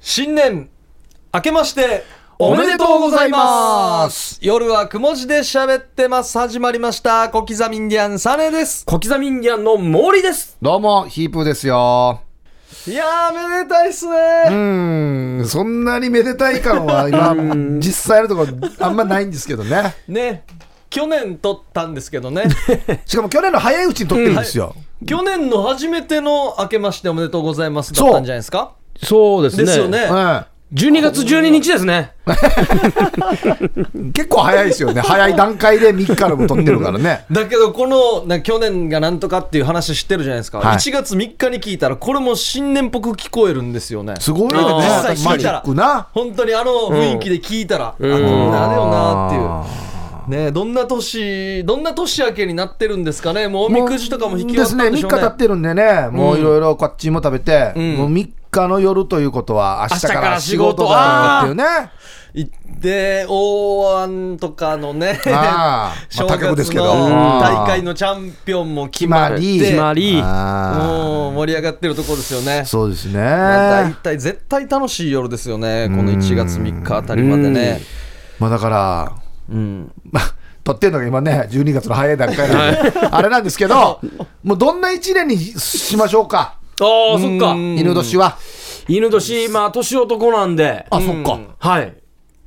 新年明けましておめでとうございます夜はくも字で喋ってます始まりました小刻みインディアンサネです小刻みインディアンの毛利です。どうも、ヒープーですよ。いやーめでたいっすねうーん、そんなにめでたい感 は今、実際のところあんまないんですけどね。ね去年撮ったんですけど ねしかも去年の早いうちに撮ってるんですよ。去年の初めての明けましておめでとうございますだったんじゃないですかそうですね。ですよね、 12月12日ですね。うん結構早いですよね。早い段階で3日でも撮ってるからね。だけどこのな去年がなんとかっていう話知ってるじゃないですか、はい1月3日に聞いたらこれも新年っぽく聞こえるんですよねすごいあよねー実際、聞マいジたらックな。本当にあの雰囲気で聞いたら、うんあこんなあれよなあっていう。ねえ、どんな年、どんな年明けになってるんですかね、もうおみくじとかも引き終でわっすたね、んで3し日ょうね。経ってるんでね、もういろいろこっちも食べて、んもう3日の夜ということは、明日か明日からら仕仕事事 だっていうね。行って、大安とかのね、 あーまあ他局ですけど正月うのん大会のチャンピオンも決決ままって、り。決まりあもう盛り上がってるところですよねー。そうですね。まあ大体、絶対楽しい夜ですよね、この1月3日あたりまでね。まあだから、うんまあ、 撮ってるのが今ね、12月の早い段階なんで、あれなんですけど、もうどんな1年にしましょうか、ああ、そっか。うん犬年は。犬年、まあ、年男なんで。あ、そっか。はい。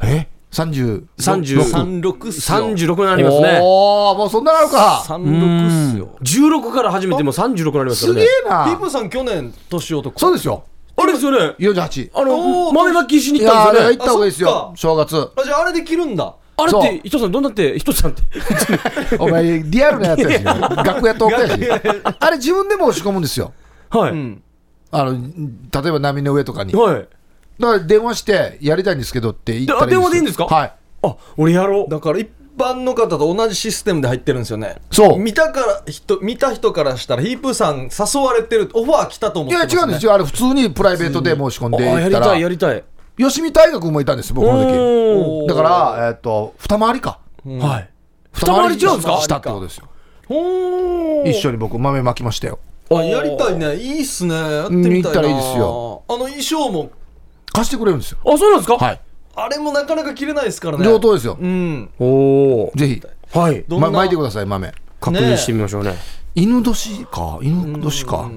え ?30。 30 36っすよ。 36になりますね。おー、もうそんななるか。 36っすよ。 16から始めてもう36になりますすからげえ。ねピープな。ーさん、去年、年男。そうですよ。あれですよね。 48。あおの、ー豆まきしにい行っやー、たあんでれはすよ行っね。た方がいいですよ、正月。あじゃああれできるんだあれっそうて、ひとつさん、どんなって、ひとつさんって。お前、リアルなやつ やし、楽屋トークやし。あれ、自分でも押し込むんですよ。はい。んあの、例えば波の上とかに。だかはい。ら電話して、やりたいんですけどって言ったらで電話でいいんですかはい。あ、俺やろう。だから一般の方と同じシステムで入ってるんですよねそう見たから人見た人からしたらヒープーさん誘われてるオファー来たと思っいてや、ます、違ね、うんですよ。あれ、普通にプライベートで申し込んあでやいっりたらたい、や。りたい。吉見大学もいたんですよ、僕うの時。ーん。だから、えっと、二回りか。はい。二回り違うんですかしたってことですよ。ほー一緒に僕、豆まきましたよ。あやりたいねいいっすねやってみたいなうん行ったらいいですよあの衣装も貸してくれるんですよ。あ、そうなんですかはい。あれもなかなか着れないですからね上等ですよう。んおお。ぜひ、はい。どんなま巻いてください、豆。確認してみましょうね。犬年か、犬年か。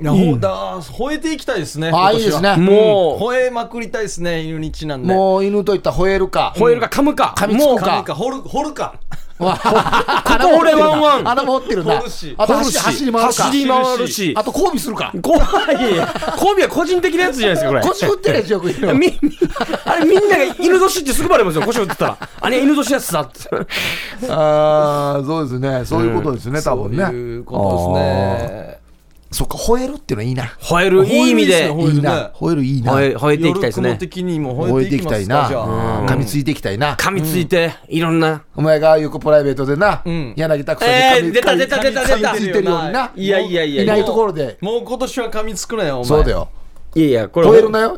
いやほだ吠えていきたいですねああ、今年はいいですね。も吠えまくりたいですね犬にちなんでもう犬といったら吠えるかう、。吠えるか噛むか。噛みつもうくここ何か。か掘る掘るか俺ワ ンワン。穴も掘ってるな。掘るしあと走り走り回る走か。り回るし。あと交尾するか。怖いや。コビは個人的なやつじゃないですか、こ れ。腰振ってるやつよくいるよみ、みあれみんなが犬年ってすぐバレますよ、腰打ってたら。あれ犬年やつさって。ああ、そうですね。そういうことですね、多分ね。そういうことですねそっか、吠えるっていうのはいいな。吠える、いい意味で。吠えるっすねいいな。吠えるいいな。吠え、吠えていきたいです夜ね雲。的にも覚吠ええてていいききたたいいな。なうん噛みついていきたいな。噛みついて、いろんな。お前がよくプライベートでな、ん柳田くさんにえ噛ー、み出た出た出た出た。噛みついいてるようにな。いやいやいやいないところで。もう今年は噛みつくなよ、お前。そうだ。よ。やいや、これ。吠えるなよ。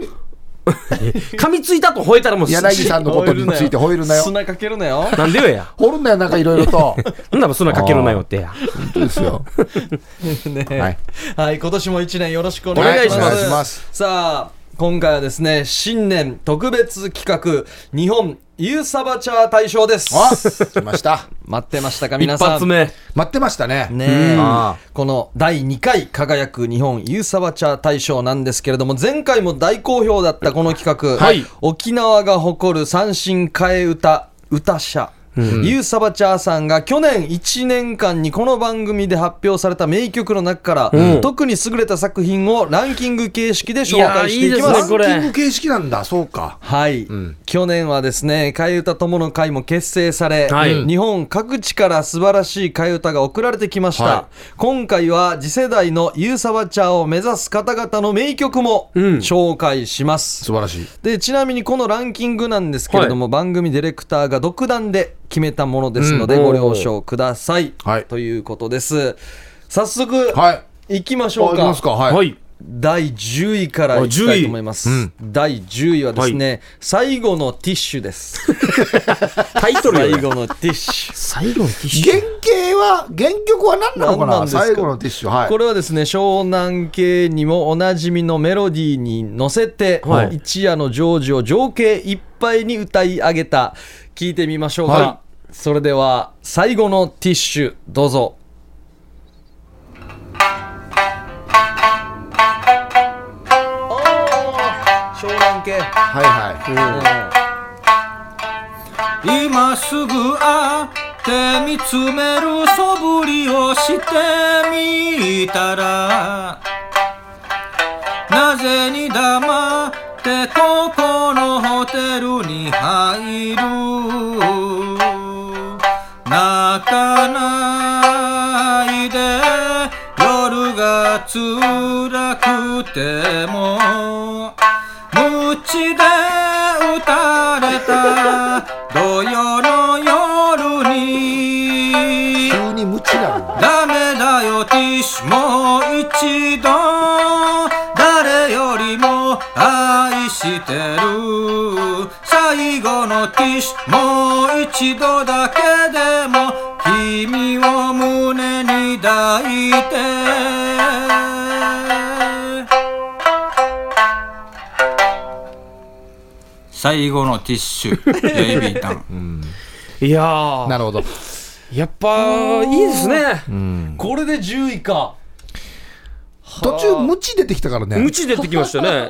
噛みついたと吠えたらもう柳さんのことについて吠えるなよ。砂かけるなよ。 なんでよや。掘るんだよ、なんかいろいろと。本なんだろ、そんなかけるなよってや。当ですよ。 ねはいはい、今年も一年よろしくお願いします。お願いしますさあ、今回はですね、新年特別企画、日本ユーサバチャー大賞です。あ、来ました。待ってましたか、一皆さん。発目。待ってましたね。ねえあこの第2回輝く日本ユーサバチャー大賞なんですけれども前回も大好評だったこの企画、はい沖縄が誇る三振替え歌歌者ユーサバチャーさんが去年1年間にこの番組で発表された名曲の中から、特に優れた作品をランキング形式で紹介していきいやーいいまでランすすねこれキング形式なんだ、そうか。はい、去年はですね替え歌友の会も結成され、はい日本各地から素晴らしい替え歌が送られてきました、は今回は次世代のユーサバチャーを目指す方々の名曲も紹介します、素晴らしい。でちなみにこのランキングなんですけれども、番組ディレクターが独断で決めたものですので、うんご了承ください、はいということです早速、はい。い、きましあょういきかますか、はい。はい。第10位からいきたいと思います、あ10第10位はですね、最後のティッシュですタイトル最より後のティッシュ最後のティッシュ原型は、原曲は何なのか何ななんですか最後のティッシュ。はい。これはですね湘南系にもおなじみのメロディーに乗せて、はい一夜のジョージを情景いっぱいに歌い上げた聞いてみましょうか、はそれでは最後のティッシュどうぞおー湘南系はいはい。今すぐ会って見つめる素振りをしてみたらなぜに黙ってここのホテルに入る泣かないで夜が辛くても無知で打たれた土曜の夜に急に無知なの。ダメだよティッシュもう一度誰よりも愛してる最後のティッシュもう一度だけでも君を胸に抱いて最後のティッシュベイビータンいやーなるほど。やっぱいいですねこれで10位か途中、無知出てきたからね無。知出てきました ね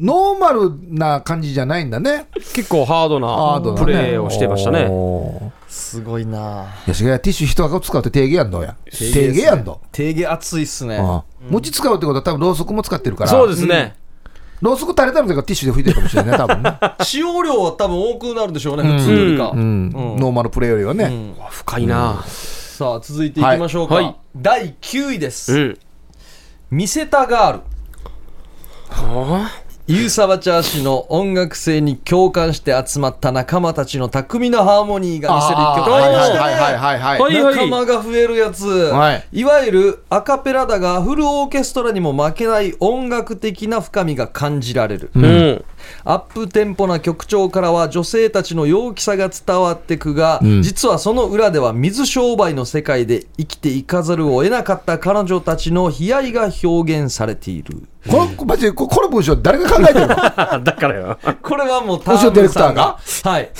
ノーマルな感じじゃないんだね。結構ハードハードななプレーをしてましたねおすごいなーいや、しかやティッシュ一箱使うって定義やんのや。定義やんの。定義熱いっすねああ持ち使うってことは多分ろうそくも使ってるから。そうですねろうそく垂れたのとかティッシュで拭いてるかもしれないね、多分ね。使用量は多分多くなるでしょうね、普通よりか、うん。ノーマルプレイよりはね。うわ深いなさあ続いていきましょうか、はいはい第9位でうす、ん見せたガールああユーサバチャー氏の音楽性に共感して集まった仲間たちの巧みなハーモニーが見せる一曲ああありましはいたはいねはいはいははいい。仲間が増えるやつ、はいい、わゆるアカペラだがフルオーケストラにも負けない音楽的な深みが感じられる、うんアップテンポな曲調からは女性たちの陽気さが伝わってくが、実はその裏では水商売の世界で生きていかざるを得なかった彼女たちの悲哀が表現されているこの、マジで、ここの文章誰が考えてるのだからよこれはもう田星野デ辺ィレクタさーんががはい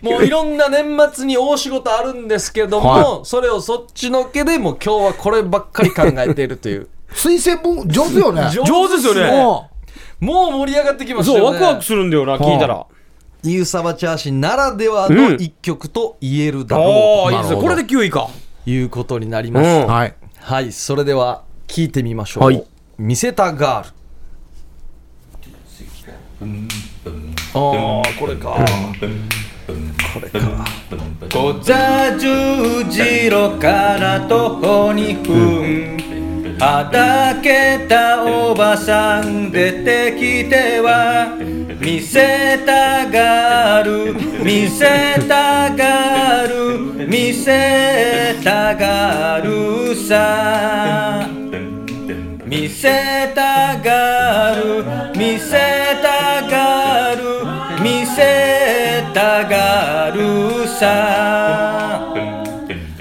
もういろんな年末に大仕事あるんですけども、それをそっちのけでもう今日はこればっかり考えているという推薦文、上手よね。 上手ですよねうんもう盛り上がってきましたそうよワねクワクするんだよな聞いたらユーサバチャーシならではの一曲と言えるだろああいいなですねるほどこれで9位かうということになります、うんはい。はい、それでは聞いてみましょう。はい見せたガール。ああ、これか。小座十字路から徒歩2分あだけたおばさん出てきては見せたがる見せたがる見せたがるさ見せたがる見せたがる見せたがるさ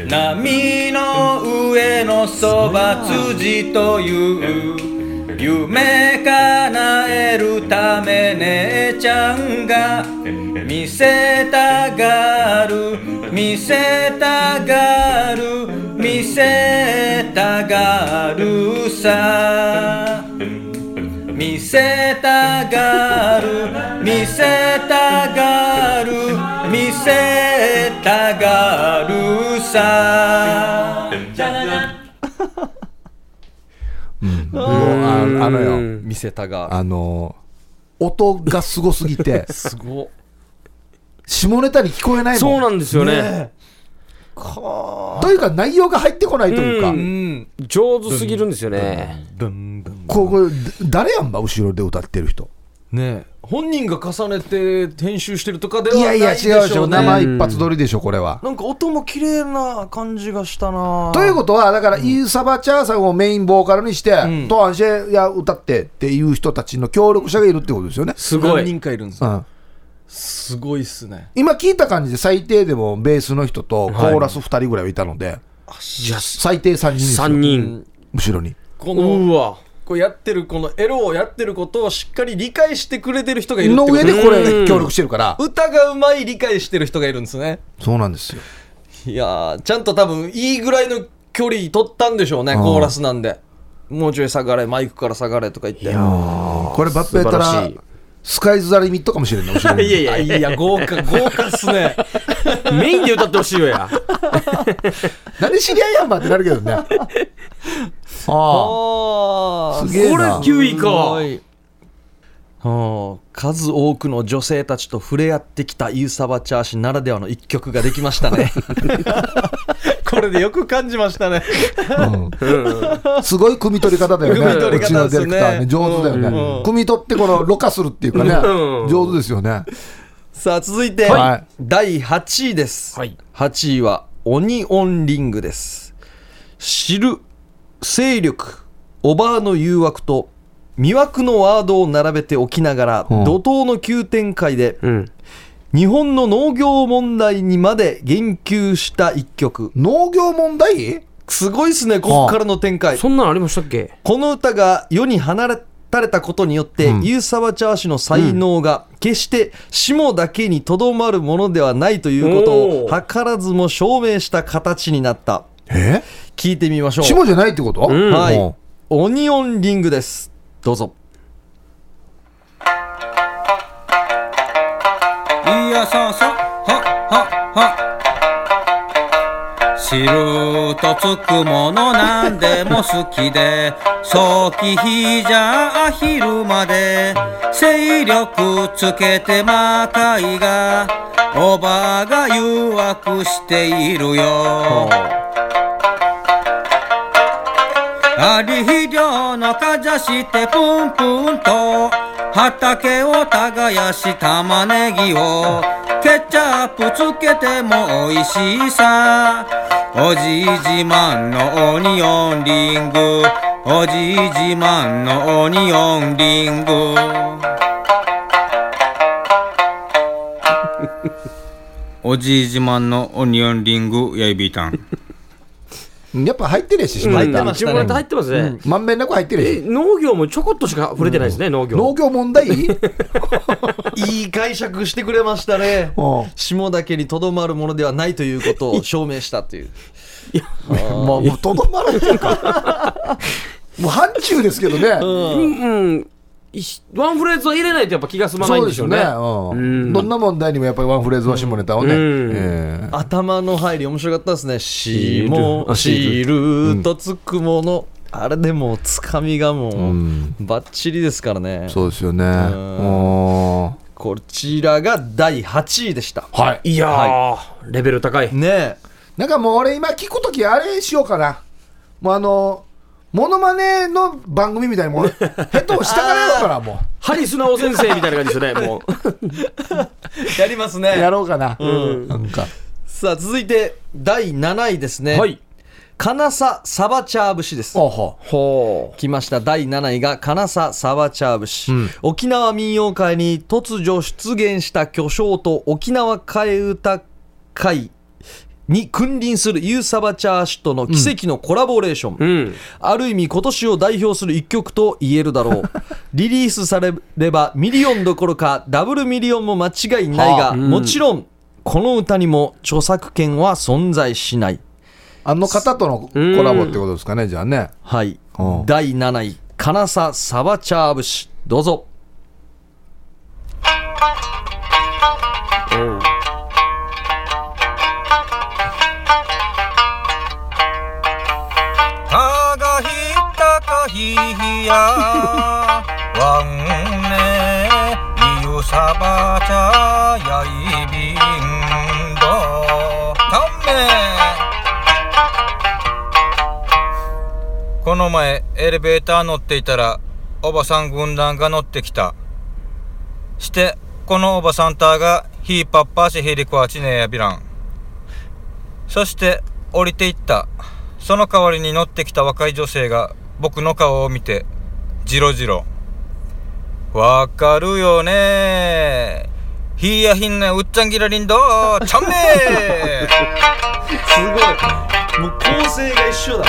波の上のそば辻という夢叶えるため姉ちゃんが見せたがる見せたがる見せたがるさ見せたがる見せたがる見せたがるさああのよ。見せたガール。あの音がすごすぎてすごっ。下ネタに聞こえないそもうんなんですよねというか内容が入ってこないというか、うん。上手すぎるんですよねブンブン。こうこれ誰やんば後ろで歌ってる人ねえ本人が重ねて編集してるとかではいなやいいや、でし違うでしょょ。うね生一発撮りでしょ、これは。なんか音も綺麗な感じがしたなということは、だから、イーサバチャーさんをメインボーカルにして、んトアンシェや歌ってっていう人たちの協力者がいるってことですよね。すご何い。人かいるんですうよん、すごいっすね今聞いた感じで、最低でもベースの人とコーラス2人ぐらいはいたので、いや、最低3人ですよ3人。後ろに。こうのわ。こうやってるこのエロをやってることをしっかり理解してくれてる人がいるってのこと上でこうれ、ん協力してるから、歌がうまい理解してる人がいるんですねそうなんですよ。いやーちゃんと多分いいぐらいの距離取ったんでしょうねんコーラスなんでもうちょい下がれマイクから下がれとか言ってこれ、バッペやった素晴ららしい、スカイズ・ザ・リミットかもしれない、後ろに。いやいやあいや豪華豪華っすねメインで歌ってほしいよや。誰知り合いやんばってなるけどね。ああ。あーすげえなこれ9位か。すごいうん数多くの女性たちと触れ合ってきたユーサバチャー氏ならではの一曲ができましたねこれでよく感じましたねすごい汲み取り方だよね。汲み取り方うちのディレクターね。ですね上手だよね。うん汲み取って、この、ろ過するっていうかね。うん上手ですよね。 さあ続いて、はい第8位です、はい8位はオニオンリングです知る勢力おばあの誘惑と魅惑のワードを並べておきながら、うん怒涛の急展開でうん。日本の農業問題にまで言及した一曲農業問題すごいですねこっからの展開そんなんありましたっけこの歌が世に離れたれたことによって、うんユーサバチャー氏の才能が決して下だけにとどまるものではないということおをー図らずも証明した形になったえ聞いてみましょう、下じゃないってことんはうんい、オニオンリングですどうぞいやそうそうほっほっほっ知るとつくものなんでも好きで早期日じゃあ昼まで勢力つけて魔界がおばあが誘惑しているよあり肥料のかざしてプンプンと畑を耕し玉ねぎをケチャップつけても美味しいさおじい自慢のオニオンリングおじい自慢のオニオンリングおじい自慢のオニオンリングやいびーたんやっぱ入ってるやし、下入ネってタま。したねうん自分のネタ入ってますね。まんべんなく入ってるやえ、し。農業もちょこっとしか触れてないですね、農業。農業問題うんいい解釈してくれましたね下だけにとどまるものではないということを証明したというまあ、もうとどまらないっていうか。もう範疇ですけどね。うんうん。いしワンフレーズは入れないとやっぱ気が済まないそんうででししょょううねね。。ううんんどんな問題にもやっぱりワンフレーズは下ネタをね。うんええ頭の入り面白かったですね「しもあししる」とつくもの、あれでもうつかみがもう、んバッチリですからねそうですよね。んおーこちらが第8位でしたはい。いやー、レベル高い。ねえなんかもう俺今聞くときあれしようかな。もうあの、モノマネの番組みたいにもう、ヘッドを下からやろうかな、もハリスナオ先生みたいな感じですよね、もう。やりますう。やねろうかな。なんか。さあ続いて第7位ですね、はい。金さサバチャー節ですほうほほ来ました第7位が金沢サバチャーブ氏、沖縄民謡界に突如出現した巨匠と沖縄替え歌会に君臨するユーサバチャー氏との奇跡のコラボレーション、う。うん。ある意味今年を代表する一曲と言えるだろうリリースされればミリオンどころかダブルミリオンも間違いないが、はあ。もちろんこの歌にも著作権は存在しないうあの方とのコラボってことですかね、じゃあね。はいうん第7位金沢サバチャーブ氏どうぞたがひたかひひやわんねりゆさばちゃやいびんどためこの前エレベーター乗っていたらおばさん軍団が乗ってきたして、このおばさんたーが、ヒーパッパーシヘリコアチネやビラン。そして、降りていった。その代わりに乗ってきた若い女性が、僕の顔を見て、ジロジロ。わかるよねー。ひーやひんね、うっちゃんぎらりんどー、ちゃんめー すごいもう構成が一緒だ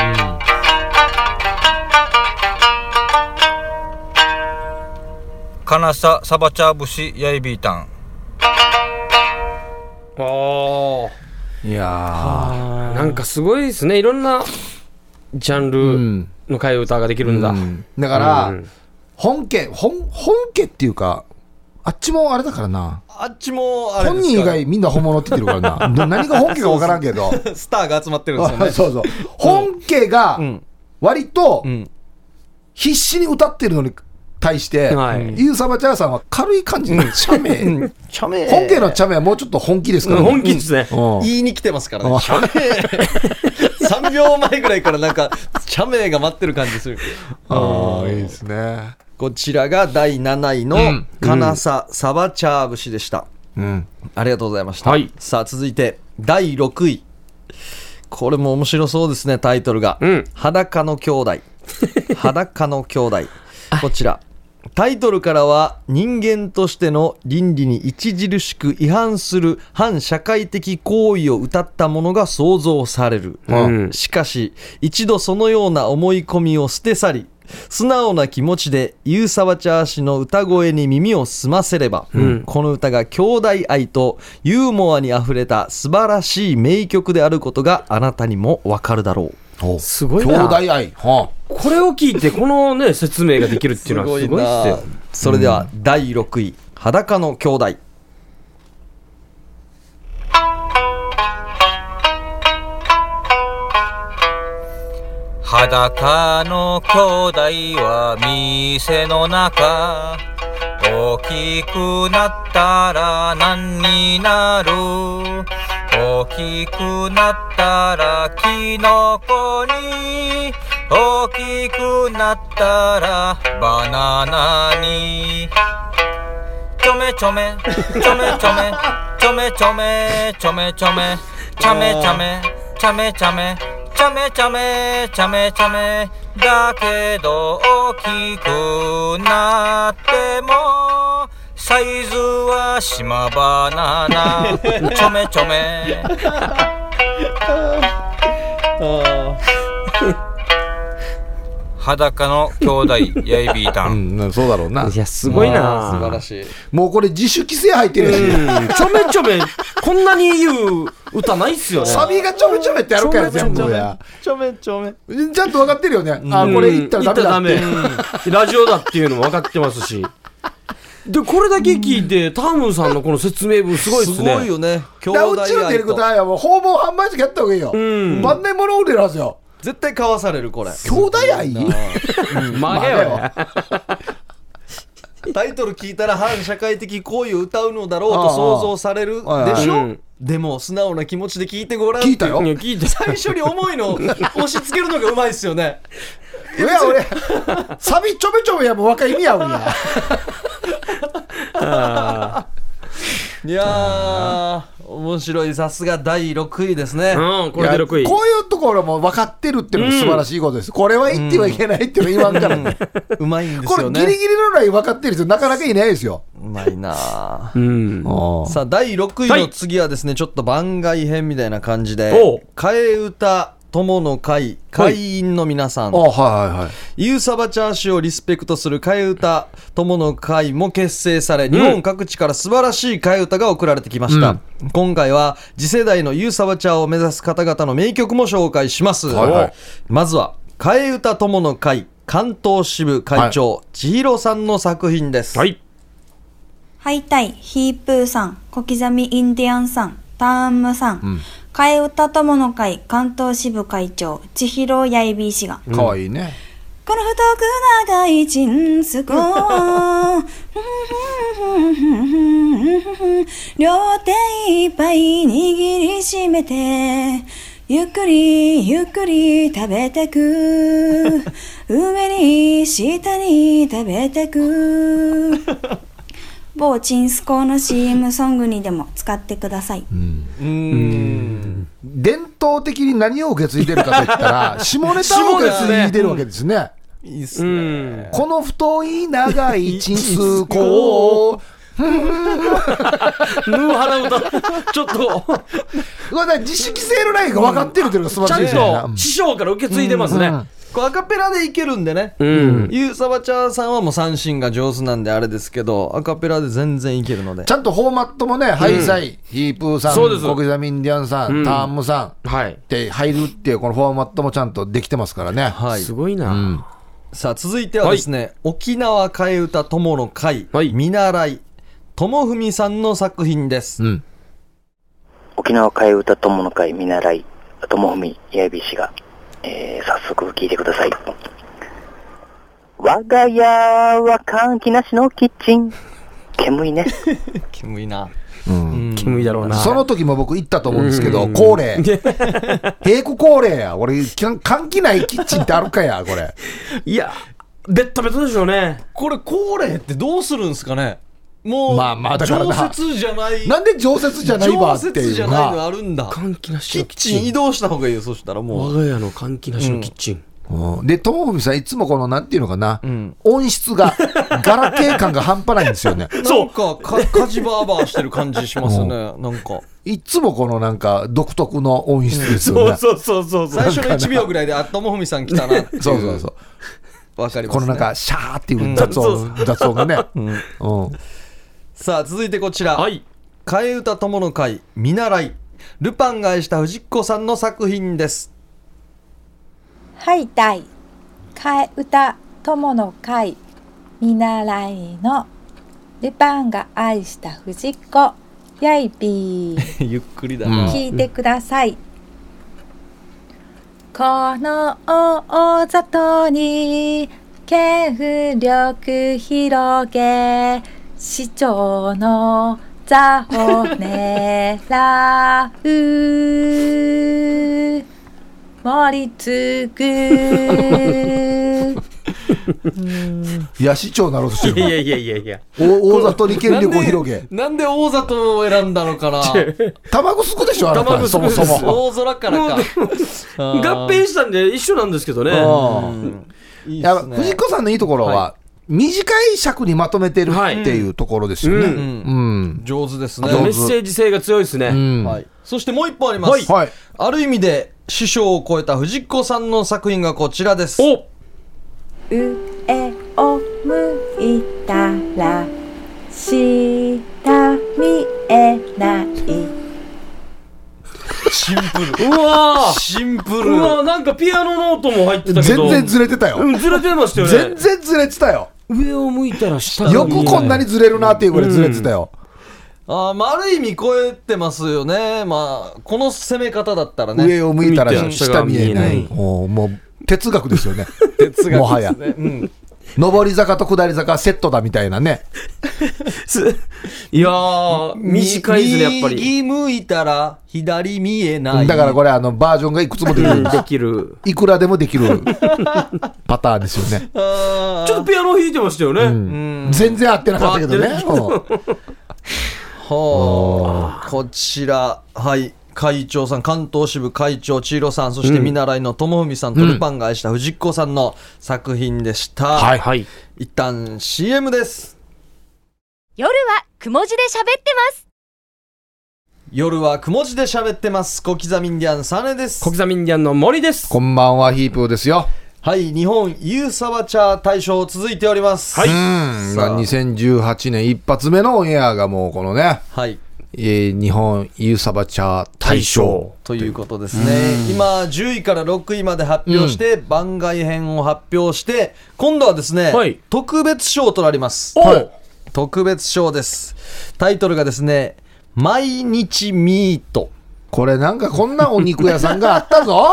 カナササバチャーブシヤイビータンあいやあなんかすごいですねいろんなジャンーうルんの替え歌ができるんだ、うんだから、うん本家本本家っていうかあっちもあれだからなあっちもあれ本です人以か外みんな本物って言ってるからなな何が本家か分からんけどスターが集まってるんですよね そうそう本家がん割とん必死に歌ってるのに対して、はいゆうさばちゃーさんは軽い感じで、茶目、茶目本家の茶目はもうちょっと本気ですから、ね、本気ですね、うん言いに来てますからねあ茶目3秒前ぐらいからなんか茶目が待ってる感じするああ、いいですね。こちらが第7位の金沢サバチャー節でした、うん。ありがとうございました、はいさあ続いて第6位これも面白そうですねタイトルが「うん裸の兄弟」「裸の兄弟」こちらタイトルからは人間としての倫理に著しく違反する反社会的行為を謳ったものが想像される、うんしかし一度そのような思い込みを捨て去り素直な気持ちでユーサバチャー氏の歌声に耳を澄ませれば、この歌が兄弟愛とユーモアにあふれた素晴らしい名曲であることがあなたにもわかるだろうすごい兄な弟愛。はこれを聞いてこのね説明ができるっていうのはすごいっすよそれでは第6位「裸の兄弟」裸の兄弟は店の中大きくなったら何になる大きくなったらキノコに大きくなったらバナナにちょめちょめちょめちょめちょめちょめちょめちょめちゃめちゃめちゃめちゃめちゃめちゃめちゃめちゃめだけど大きくなってもサイズは島バナナちょめちょめ裸の兄弟ヤイビータあ。うンん、なそうだろうな。いやすごいなあー素晴らしいもうこれ自主規制入ってるし、うんちょめちょめこんなに言う歌ないっすよねサビがちょめちょめってやるから、ちょ全めちょ部めや。ちょめちょめちゃんと分かってるよね。あ、これ言ったらダメだって。だってラジオだっていうのも分かってますしでこれだけ聞いてタームンさんのこの説明文すごいっすすねごいよね兄だ弟うちのデ愛ィレクとターやもう訪問販売機やった方がいいよ。ん万年物売れるはずよ。絶対かわされるこれ兄弟愛マガよねタイトル聞いたら反社会的行為を歌うのだろうと想像されるああでしうょんでも素直な気持ちで聞いてごらん聞いたよ。いいや聞いて最初に重 いのを押し付けるのがうまいっすよねや、俺、サビちょめちょめやもう若い意味合うんや。いやー面白いさすが第6位ですね、うんこれで6い位やこういうところも分かってるっていうのも素晴らしいことです。これは言ってはいけないっていうの言わんからね。うまいんですこれよギねリギリのライン分かってる人なかなかいないですよ。うまいなうーんさあ第6位はのい次はですね、ちょっと番外編みたいな感じでおう替え歌友の会会員の皆さんあはいはいはい。ユーサバチャー氏をリスペクトする替え歌友の会も結成され、日本各地から素晴らしい替え歌が送られてきました、今回は次世代のユーサバチャーを目指す方々の名曲も紹介します、はいはいまずは替え歌友の会関東支部会長、千尋さんの作品です、はいハイタイ、ヒープーさん、小刻みインディアンさん、ターンムさん、替え歌友の会関東支部会長、千尋やいびー氏が、かわいいね。この太く長いチンスコ 両手いっぱい握りしめてゆっくりゆっくり食べてく上に下に食べてく某チンスコーの CM ソングにでも使ってください。伝統的に何を受け継いでるかといったら下ネタを受け継いでるわけですね。いいっすね。この太い長いチンスコをヌーハラ歌、ちょっと、うわだから自主規制のラインが分かってるというのが素ち晴らゃしいですね。んと師匠から受け継いでますうねん。こうアカペラでいけるんでね。うん。ゆうさばちゃーさんはもう三振が上手なんであれですけど、アカペラで全然いけるのでち。ゃんとフォーマットもね、ハイサイ、ヒープーさん、そうです国ザミンディアンさん、うんターンムさんっはい。て入るっていう、このフォーマットもちゃんとできてますからね。はい。すごいな。さあ、続いてはですね、沖縄替え歌友の会、はい見習い、友文さんの作品です。うん。沖縄替え歌友の会見習い、友文八重氏が、えー、早速聞いてください。我が家は換気なしのキッチン。煙いね。煙いな。煙だろうな。その時も僕行ったと思うんですけうど、ん恒例。平子恒例や。俺、かん換気ないキッチンってあるかや、これ。いや、ベッタベタでしょうね。これ、恒例ってどうするんすかねもう、まあまあだから常な設じゃない。なんで常設じゃないわ常って設いじうゃないのな。あるんだ。換気なしキのッキッチンチ移ン。動した方がいいよ、そしたらも我う。が家の換気なしのキッチン。うんで、友文さん、いつもこの、なんていうのかなうん、音質が、ガラケー感が半端ないんですよね。なんかか、火事バーバーしてる感じし ますね。なんか。いつもこのなんか、独特の音質ですよ そうね。そうそうそうそう。最初の1秒ぐらいで、あ、ともふみさん来たなっていう。 そうそうそう。わかります、ね。このなんか、シャーっていう雑音、雑音がね。うん。さあ、続いてこちら。はい。替え歌友の会見習いルパンが愛した藤子さんの作品です はいたい替え歌友の会見習いのルパンが愛した藤子やいぴーゆっくりだな聞いてください、この大里に権力広げ市長の座を狙う盛りつくいや、市長なろうとしていやるいやいやいやいや。お大里に権力を広げ。なんで大里を選んだの かな卵すくでしょ、あなた、卵すそくでもすそも。大空から か合併したんで一緒なんですけどね。うんいいやでっすねぱ藤子さんのいいところはは、短い尺にまとめてるっていうところですよね。はう。いうんんうん。上手ですメね、ッセージ性が強いですね。うんはい、そしてもう一本あります、はい。ある意味で師匠を超えた藤子さんの作品がこちらですお上を向いたら下見えないシンプうわーシンプうわーなんかピアノの音も入ってたけ全ど。然ずれてたよ。うん、ずれてましたよね。全然ずれてたよ。上を向いたら下よくこんなにずれるなっていうぐらいずれてたよ。あーまあある意味超えてますよねまあこの攻め方だったらね上を向いた見てらる下見えな下が見いえ。おうもう、哲学ですよね。哲もはや。うん、上り坂と下り坂はセットだみたいなね。いやー、短いですね、やっぱり。右向いたら左見えないだからこれ、あの、バージョンがいくつもできうんる。できる。いくらでもできるパターンですよね。あーちょっとピアノ弾いてましたよね。うん全然合ってなかったけどね。うんはあ、こちら、はい、会長さん、関東支部会長、千尋さん、そして見習いの友文さんとルパンが愛した藤子さんの作品でした。はいはい。一旦 CM です。夜はくも字で喋ってます。夜はくも字で喋ってます。小刻みインディアン、サネです小。刻みインディアンの森です。こんばんは、ヒープーですよ。はい、日本ユーサバチャー大賞続いております。うん。まあ2018年一発目のオンエアがもうこのね、はい。えー日本ユーサバチャー大賞。ということですね。今、10位から6位まで発表して、番外編を発表して、今度はですね、はい特別賞となります。はい特別賞です。タイトルがですね、毎日ミート。これなんかこんなお肉屋さんがあったぞ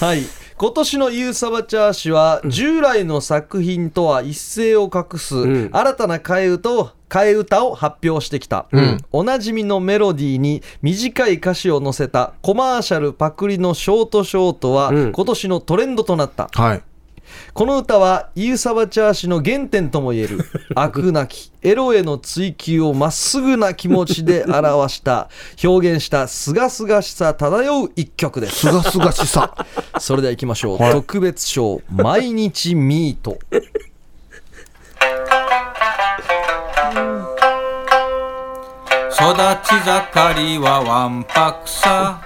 はい。今年のユーサバチャー氏は、従来の作品とは一線を画す、ん新たな替え歌を、替え歌を発表してきた、おなじみのメロディーに短い歌詞を載せたコマーシャルパクリのショートショートは、うん今年のトレンドとなった。 はい。この歌はイーサバチャー氏の原点ともいえ る悪なきエロへの追求をまっすぐな気持ちで表した表現したすがすがしさ漂う一曲ですすがすがしさそれではいきましょう、特別賞「毎日ミート」育ち盛りはわんぱくさ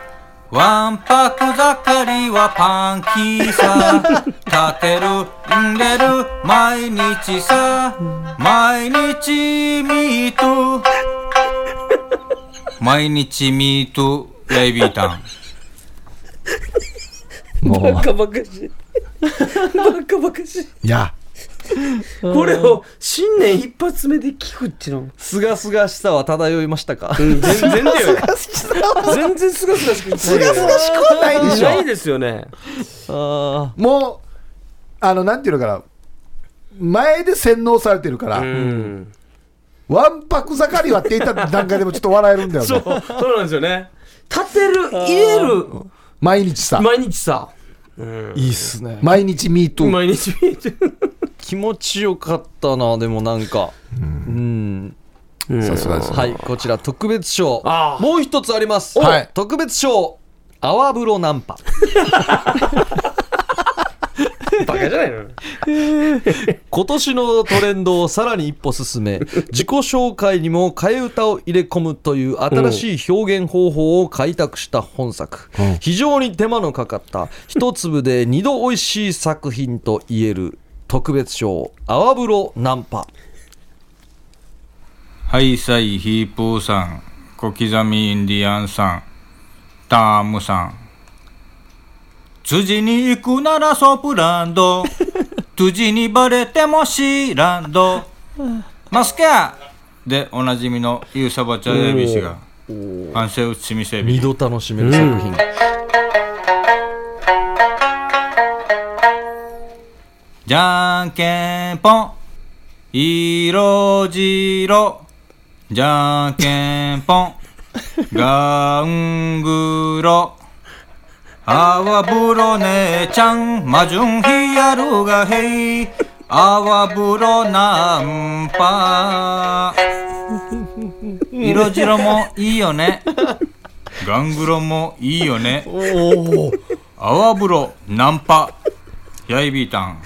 わんぱく盛りはパンキーさ立てるんでる毎日さ毎日ミート毎日ミートレイビータンバカバカしい。バカバカしい。いやこれを新年一発目で聞くっちの。すがすがしさは漂いましたか、全然だよ。全全然すがすがしくすがすがしくはないでしないょですよね。あもうあのなんていうのかな前で洗脳されてるから、うん。わんぱく盛りはって言った段階でもちょっと笑えるんだよそう、ねそうなんですよね。立てる、入れる、毎日さ毎日さ。ーいいっすね毎日ミート毎日見てる。気持ちよかったなでもなんかうんさすがですねはいこちら特別賞あーもう一つあります、はい特別賞泡風呂ナンパバカじゃないの今年のトレンドをさらに一歩進 め自己紹介にも替え歌を入れ込むという新しい表現方法を開拓した本作、非常に手間のかかった一粒で二度おいしい作品と言える特別賞「泡風呂ナンパはいサイヒープーさん小刻みインディアンさんタームさん辻に行くならソープランド辻にバレてもシーランドマスケアでおなじみのユーサバチャデビ氏が反省をちみせ」び二度楽しめる作品、じゃんけんぽん色白じゃんけんぽんガングロ泡風呂姉ちゃん魔順ヒアルがへい泡風呂ナンパ色白もいいよねガングロもいいよね泡風呂ナンパやいびーたん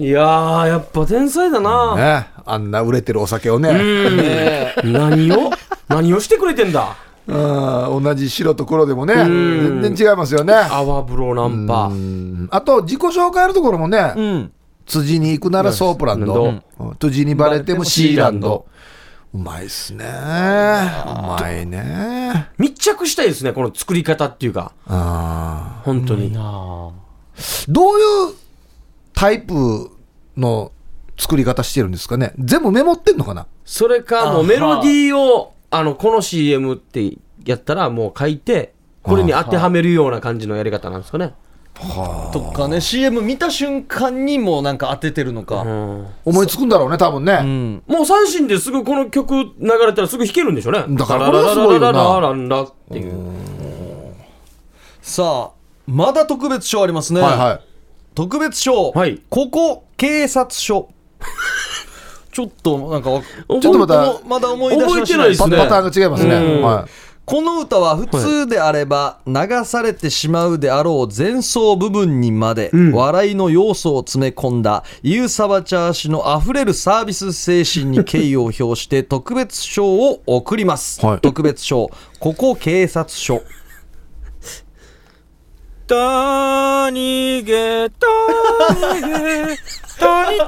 いやー、やっぱ天才だな。ね、あんな売れてるお酒をね、何を何をしてくれてんだうん同じ白と黒でもね、全然違いますよね。泡風呂ナンパ。うんあと、自己紹介のところもね、うん辻に行くならソープランド、うん辻にバレてもシーランド。うまいっすね。うまいね。密着したいですね、この作り方っていうか。あ本当に。ーどういうタイプの作り方してるんですかね全部メモってんのかなそれか、もうメロディーを、あの、この CM ってやったら、もう書いて、これに当てはめるような感じのやり方なんですかね。とかね CM 見た瞬間にもうなんか当ててるのか、うん思いつくんだろうね、多分ね。うんもう三振ですぐこの曲流れたらすぐ弾けるんでしょうね。だからこれはすごいよなラララララララっていう。さあまだ特別賞ありますね、はいはい。特別賞、はいここ警察署 ちょっとなんかわちょっとまたもうまだ思い出しまし覚えてないですパねパターンが違いますね。はこの歌は普通であれば流されてしまうであろう前奏部分にまで笑いの要素を詰め込んだユーサバチャー氏の溢れるサービス精神に敬意を表して 特別賞を贈ります、はい特別賞ここ警察署たにげたにげたにた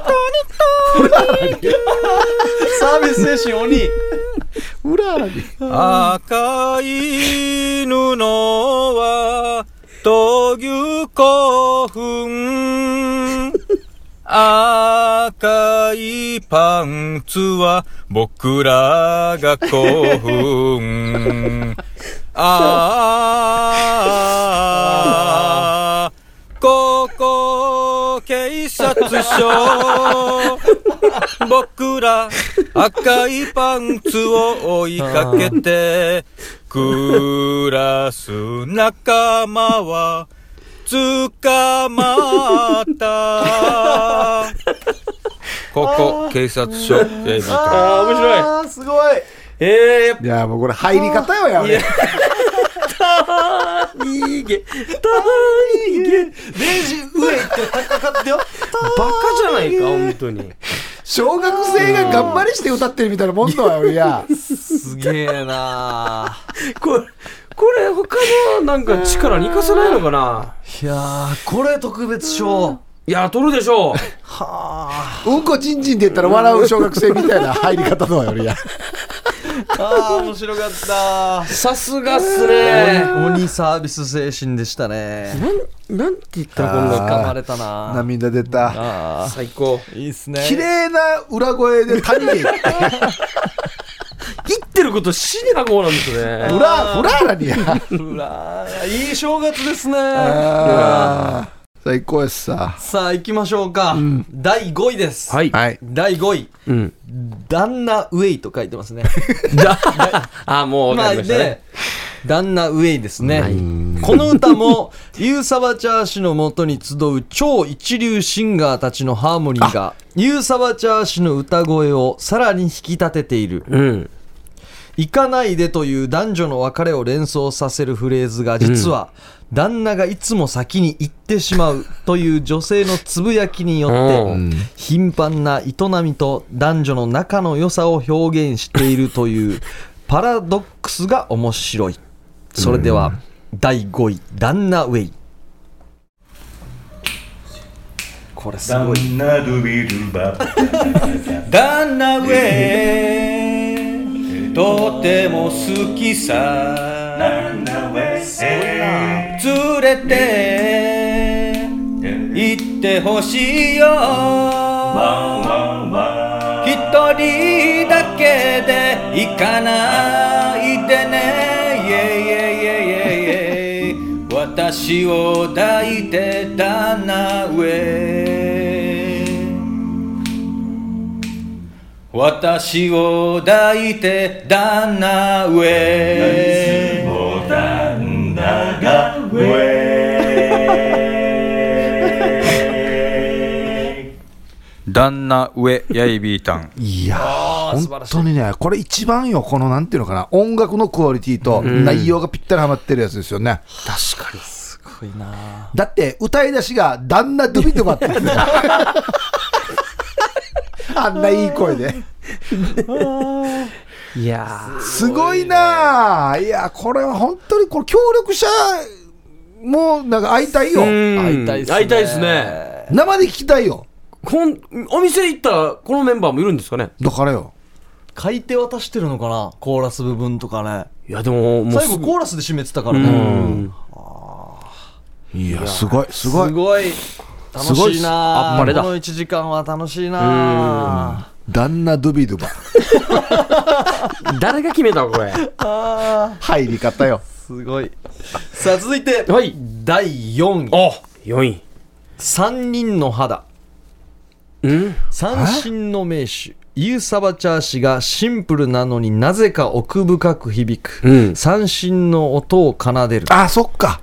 サービス精神鬼い。裏あらび。赤い布は闘牛興奮赤いパンツは僕らが興奮ああここ警察署僕ら赤いパンツを追いかけて暮らす仲間は捕まった。ここ、警察署、警備官。あー面白いあーすごいえー、いやもうこれ入り方よやべいやたーいげたーいげバレージ上行って高か ったよ。カじゃないか本当に小学生が頑張りして歌ってるみたいなもんだよい やすげえなこれこれ他のなんか力に生かせないのかなーいやー、これ特別賞。いや取るでしょううんこちんちんって言ったら笑う小学生みたいな入り方だよいやああ、面白かった。さすがっすね鬼サービス精神でしたね。なんなんて言ったらこん掴なまれたなー 涙出たあ最高ーいいっすね。綺麗な裏声で谷へ行って 言ってること死ねなこうなんですねフラフラーラ にやうらーいい正月ですね。あー最高やっささあ、行きましょうか。第5位です。はいはい第5位、うん旦那ウェイと書いてますね。だあもう分かりましたねで、旦那ウェイですね。この歌も、 ユーサバチャー氏のもとに集う超一流シンガーたちのハーモニーが、ユーサバチャー氏の歌声をさらに引き立てている。うん行かないでという男女の別れを連想させるフレーズが実は、旦那がいつも先に行ってしまうという女性のつぶやきによって、うん頻繁な営みと男女の仲の良さを表現しているというパラドックスが面白いそれでは、第5位「旦那ウェイ」これすごい 旦那ウェイとても好きさ連れて行ってほしいよ一人だけで行かないでねイエイエイエイエイエイ私を抱いて旦那ウェイ私を抱いて旦那上旦那上やいびーたんいやー本当にねこれ一番よこのなんていうのかな音楽のクオリティと内容がぴったりはまってるやつですよね確かにだって歌い出しが「旦那ドゥビドバ」って言 ってたあんないい声で いやーすごいなあいやこれは本当にこれ協力者もなんか会いたいようん会いたいっすね会いたいですね生で聞きたいよこんお店行ったらこのメンバーもいるんですかねだからよ書いて渡してるのかなコーラス部分とかねいやでももう最す後ぐコーラスで締めてたからうねんいやすごいすすごいごい楽すごいっしいすなあっぱれだこの1時間は楽しいな旦那ドゥビドバ誰が決めたこれ入り方よすごいさあ続いて、はい第4位あ4位3人の肌うん三振の名手ユーサバチャー氏がシンプルなのになぜか奥深く響く、うん三振の音を奏でるあそっか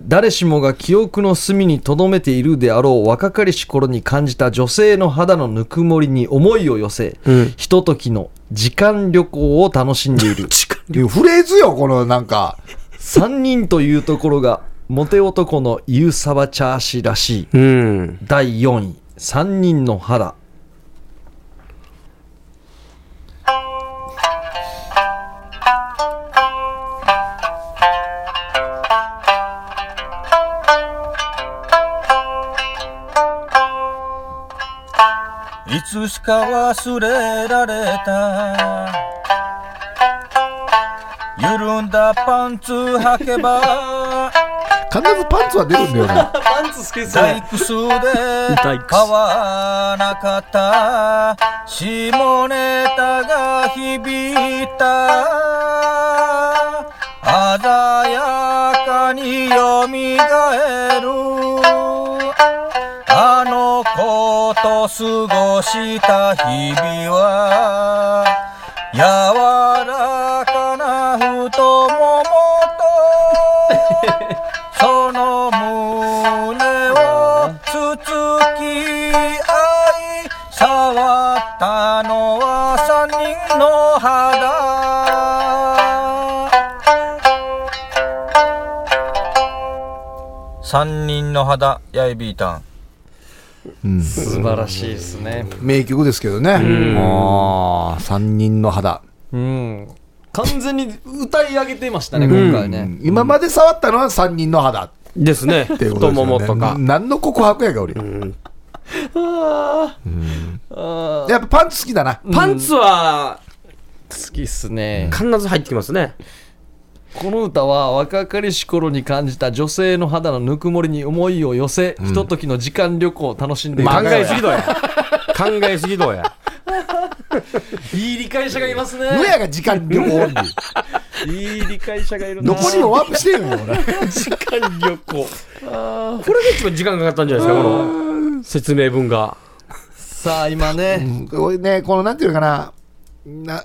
誰しもが記憶の隅に留めているであろう若かりし頃に感じた女性の肌のぬくもりに思いを寄せ、んひとときの時間旅行を楽しんでいるいうフレーズよこのなんか3人というところがモテ男のユーサバチャー氏らしいうん第4位3人の肌いつしか忘れられた緩んだパンツ履けば必ずパンツは出るんだよね パンツ好きです大工数で大工買わなかった下ネタが響いた鮮やかによみがえるあの子と過ごした日々は柔らかな太ももとその胸万人の肌三人の肌やいびーたん素晴らしいですね。名曲ですけどね。ああ、三人の肌。うん。完全に歌い上げてましたね、今回うねん。今まで触ったのは三人の肌っですね。ていうこ太とですよもね。もとか。何の告白やが俺。あやっぱパンツ好きだな。パンツはー好きっすね。必ず入ってきますね。この歌は若かりし頃に感じた女性の肌のぬくもりに思いを寄せ、ひとときの時間旅行を楽しんでいる考えすぎだよ。考えすぎだよ。いい理解者がいます無ねやが時間旅行 に。いい理解者がいるなどこにもワープしてんよ、俺。時間旅行。これが一番時間かかったんじゃないですか、この説明文が。さあ今ねこれね、このなんていうのかな、な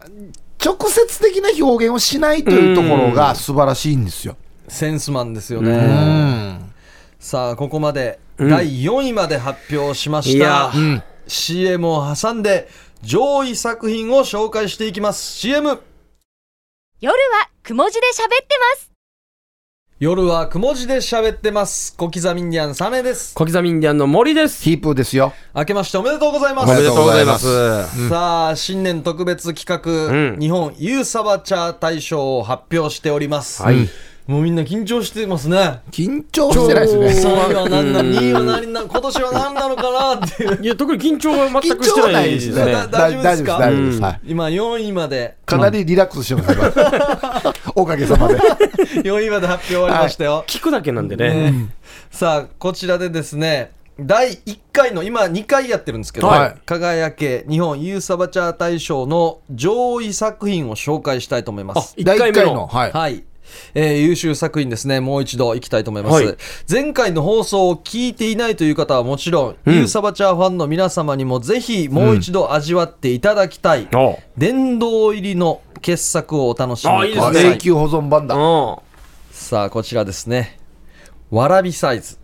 直接的な表現をしないというところが素晴らしいんですよ。センスマンですようねん。さあここまで第4位まで発表しましいやた CM を挟んで上位作品を紹介していきます CM 夜はくも字で喋ってます夜はくも字で喋ってます小刻みインディアンサネです小刻みインディアンの森です。。ヒープーですよ。明けましておめでとうございますおめでとうございますさあ新年特別企画、うん日本ユーサバチャー大賞を発表しております、はいもうみんな緊張してますね緊張してないです3ね。位は何なの2位は何なの今年は何なのかなっていういや、特に緊張は全緊くして張はなないいでですすね。ねだ。大大丈夫ですす丈夫で、か大丈夫です。はい今4位までかなりリラックスしてます今おかげさまで。 4位まで発表終わりましたよ、聞くだけなんでね。さあこちらでですね第1回の今2回やってるんですけど、はい輝け日本ユーサバチャー大賞の上位作品を紹介したいと思いまあす、一回目の。はい。はい。えー優秀作品ですね。もう一度行きたいと思います。はい前回の放送を聞いていないという方はもちろん、んユーサバチャーファンの皆様にもぜひもう一度味わっていただきたい、おう殿堂入りの傑作をお楽しみあいいくでだすさあい。ね永久保存版だ。うん。さあ、こちらですね。わらびサイズ。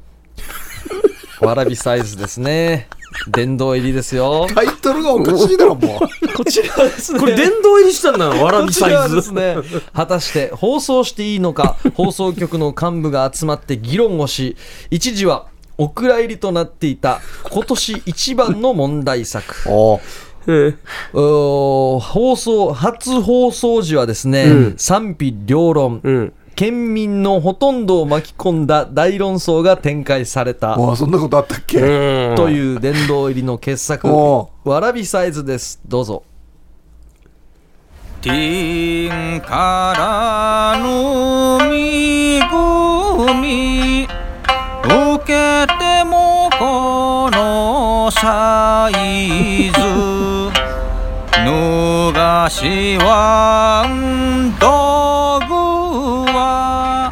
わらびサイズですね。殿堂入りですよ。タイトルがおかしいだろ、もこちらですねこれ殿堂入りしたんだよ、わらこびちサらイでズす。ね果たして放送していいのか放送局の幹部が集まって議論をし一時はお蔵入りとなっていた今年一番の問題作う。おおー放送初放送時はですね、うん賛否両論、うん。県民のほとんどを巻き込んだ大論争が展開されたおそんなことあったっけという殿堂入りの傑作おわらびサイズですどうぞティーンからのみごみ受けてもこのサイズ逃しはん道具は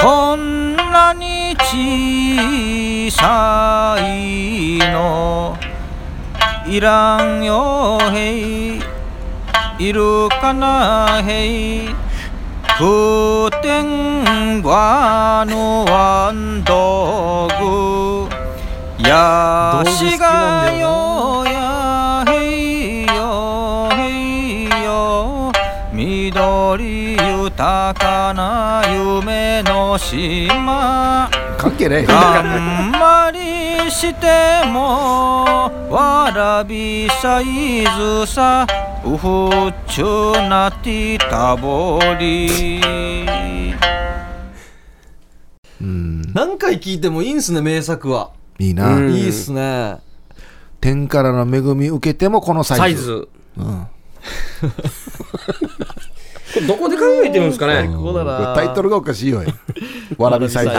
こんなに小さいのいらんよへいいるかなへい不天はのワンドグやしがよやへいよへいよ緑豊かな夢の島関係ない。頑張りしてもわらびサイズさうふちゅなティタボリ何回聞いてもいいんすね名作は、いいな。うんいいっすね天からの恵み受けてもこのササイイズ。ズ。 これどこで考えてるんですかね。ここだなタイトルがおかしいよ。わらびサイズ。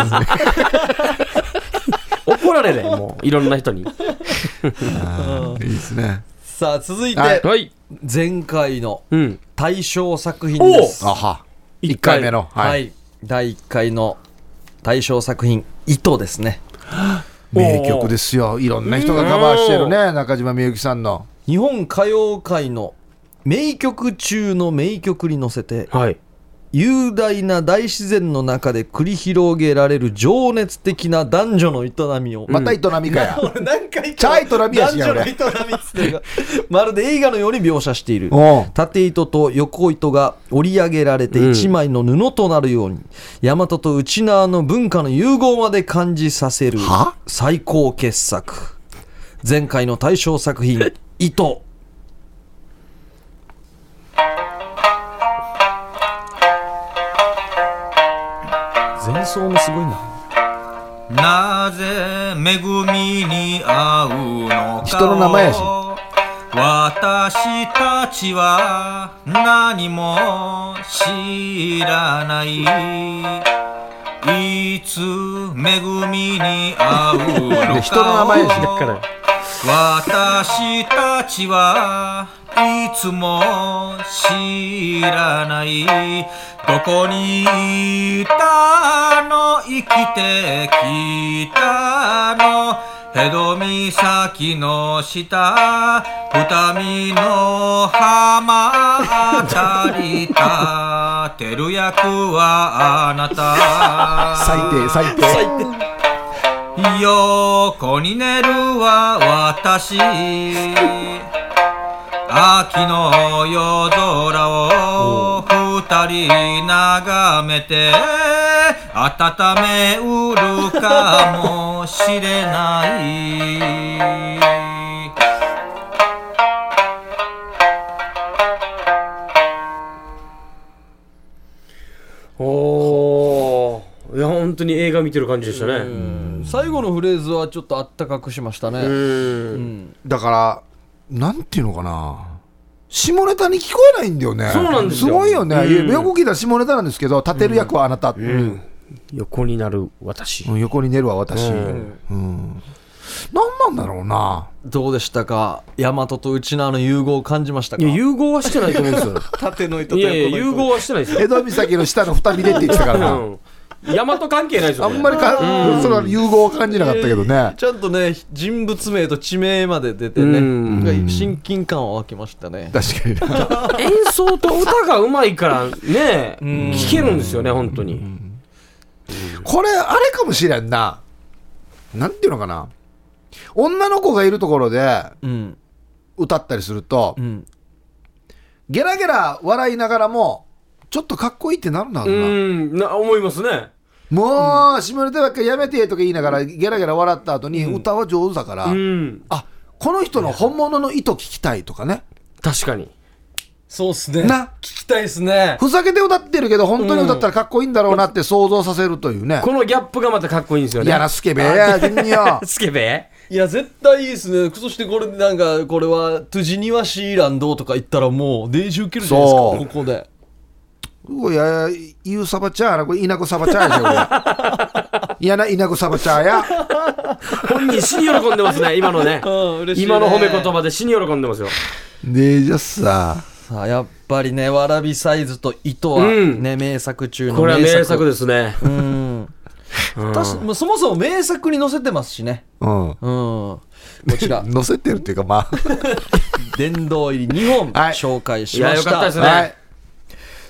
怒られるよもういろんな人に。いいですね。さあ続いて、はいはい。前回のうん。大賞作品です。あは。1回目の。ははい。い、第1回の大賞作品「糸」ですね名曲ですよ。いろんな人がカバーしてるね。中島みゆきさんの。日本歌謡界の名曲中の名曲に乗せてはい。雄大な大自然の中で繰り広げられる情熱的な男女の営みを、また営みかや。俺 何回チャイとラミやしや男女の営みっつってが まるで映画のように描写しているおう縦糸と横糸が織り上げられて一枚の布となるように、大和と内縄の文化の融合まで感じさせるは最高傑作前回の大賞作品「糸」前奏もすごいななぜ恵みに合うのかを人の名前やし私たちは何も知らないいつ恵みに合うのかを人の名前やしだから私たちはいつも知らないどこにいたの生きてきたのヘド岬の下二見の浜あたり立てる役はあなた最低、最低。横に寝るは私秋の夜空を二人眺めて温めうるかもしれないおーいや本当に映画見てる感じでしたねうん最後のフレーズはちょっとあったかくしましたね、だから、なんていうのかな。下ネタに聞こえないんだよね。そうなんですよごいよね。うんよく聞いたら下ネタなんですけど、立てる役はあなた。うん横になる私うん横に寝るは私。うん。なんなんだろうな。どうでしたか大和と内縄の融合を感じましたかいや融合はしてないと思うんですよ縦の糸いやいや融合はしてないですよ江戸岬の下の二見でって言ってたからな。うん大和関係ないですあよこれんまりか、その融合を感じなかったけどね。ちゃんとね人物名と地名まで出てねうんなんか親近感を湧きましたね確かにな。演奏と歌がうまいからね聞けるんですよね本当にこれあれかもしれんななんていうのかな女の子がいるところでうん歌ったりすると、うんゲラゲラ笑いながらもちょっとかっこいいってなるんだうろうな、んな思いますねもう下ネタばっかりやめてとか言いながらゲラゲラ笑った後に歌は上手だから、うんあこの人の本物の意図聞きたいとかね確かにそうっすねな聞きたいっすねふざけて歌ってるけど本当に歌ったらかっこいいんだろうなって想像させるというね、このギャップがまたかっこいいんですよねやらすけべや君によ スケベいや絶対いいっすねそしてこれでなんかこれは「トゥジニワシーランド」とか言ったらもう練習受けるじゃないですかそこうこでうや、ゆうさばちゃーな、これ、稲子さばちゃーやじゃん、これ。いやな、稲子さばちゃーや。本人死に喜んでますね今のねうん嬉しいね今の褒め言葉で死に喜んでますよねえ、じゃあさ、さあやっぱりねわらびサイズと糸はうんね名作中のこれは名名作作ですねうん確かもうそもそも名作に載せてますしねうん。うんこちら乗せてるっていうか、ま 殿堂入り2本はい紹介いしまやした。よかったですあ、ね、はい。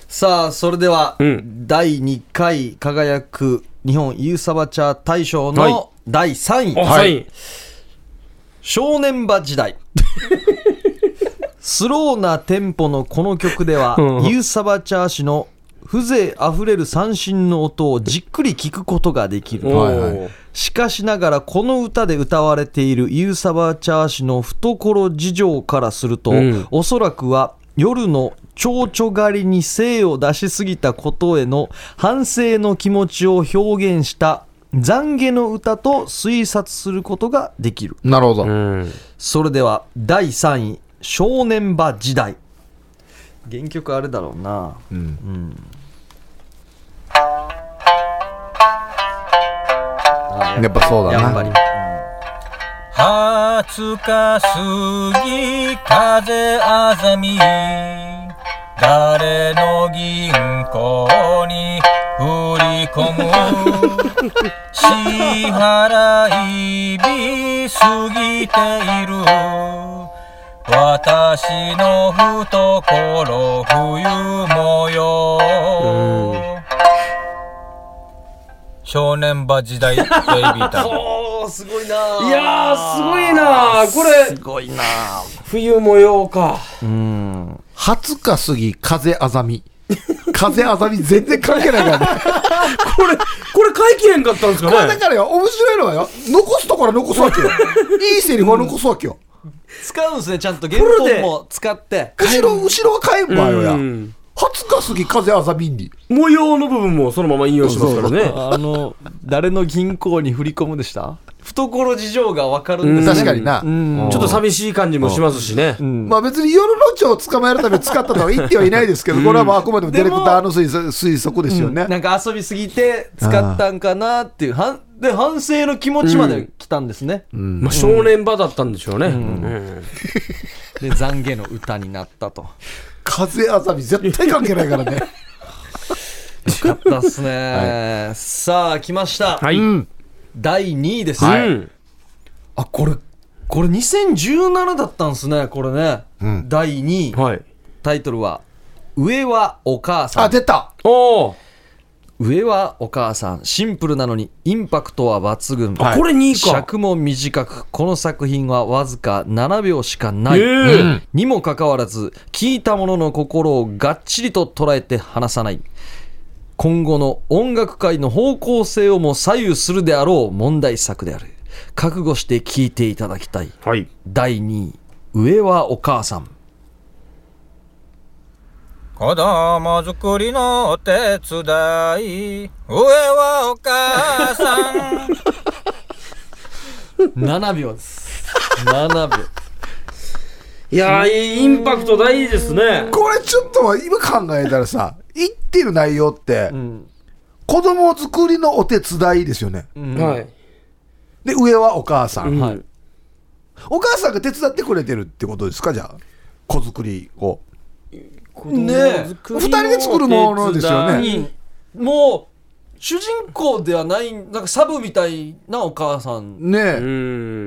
さあ、それでは、うん第2回輝く日本ユーサバチャー大賞はいの第3位、おサイン少年場時代。 スローなテンポのこの曲では、うんユーサバチャー氏の風情あふれる三振の音をじっくり聞くことができる。おはいーはしかしながらこの歌で歌われているユーサバーチャー氏の懐事情からすると、うんおそらくは夜の蝶々狩りに精を出しすぎたことへの反省の気持ちを表現した懺悔の歌と推察することができるなるほど。うんそれでは第3位「少年場時代」原曲あれだろうなやっぱそうだやっぱな。り20日過ぎ風あざみ誰の銀行に振り込む支払い日過ぎている私の懐冬模様少年場時代ベイビータウンおー、すごいなーいやー、すごいなーこれ、すごいな冬模様か。うん。 20日過ぎ、風あざみ。風あざみ全然関係ないからね。これ、これ買い切れんかったんですこれかだねからよ、面白いのはよ、残すところは残すわけよ。いいセリフは残すわけよ。使うんですね、ちゃんと。ゲームトーンも使って。後ろ、後ろは変えんばよや。20うん日過ぎ、風あざみに。模様の部分もそのまま引用しますからね。あの、誰の銀行に振り込むでした懐事情がわかるんですね確かにな。ちょっと寂しい感じもしますしね。まあ別に夜の蝶を捕まえるために使ったとは言ってはいないですけど、これはまああくまでもディレクターの推推測ですよね。なんか遊びすぎて使ったんかなっていう、はんで、反省の気持ちまで来たんですね。まあ、少年場だったんでしょうね。うんで、懺悔の歌になった と。風あざみ絶対関係ないからね。よかったっすね、さあ、来ました。はい。うん第2位です。あ、これ、これ2017だったんですね、これね。第2位。はい。タイトルは、上はお母さん。あ、出たおお、上はお母さんシンプルなのにインパクトは抜群、あこれ2位か。尺も短くこの作品はわずか7秒しかない、ええうんにもかかわらず聞いたものの心をがっちりと捉えて離さない今後の音楽界の方向性をも左右するであろう問題作である覚悟して聞いていただきたいはい。第2位上はお母さん子供作りのお手伝い上はお母さん7秒です7秒いやー、いいインパクト大事ですね。これちょっと今考えたらさ、言ってる内容って、子供作りのお手伝いですよね。はい。で、上はお母さん。うんはいお母さんが手伝ってくれてるってことですか、じゃあ、子作りを。ねえ二人で作るものですよね。もう主人公ではないなんかサブみたいなお母さんっねうえ。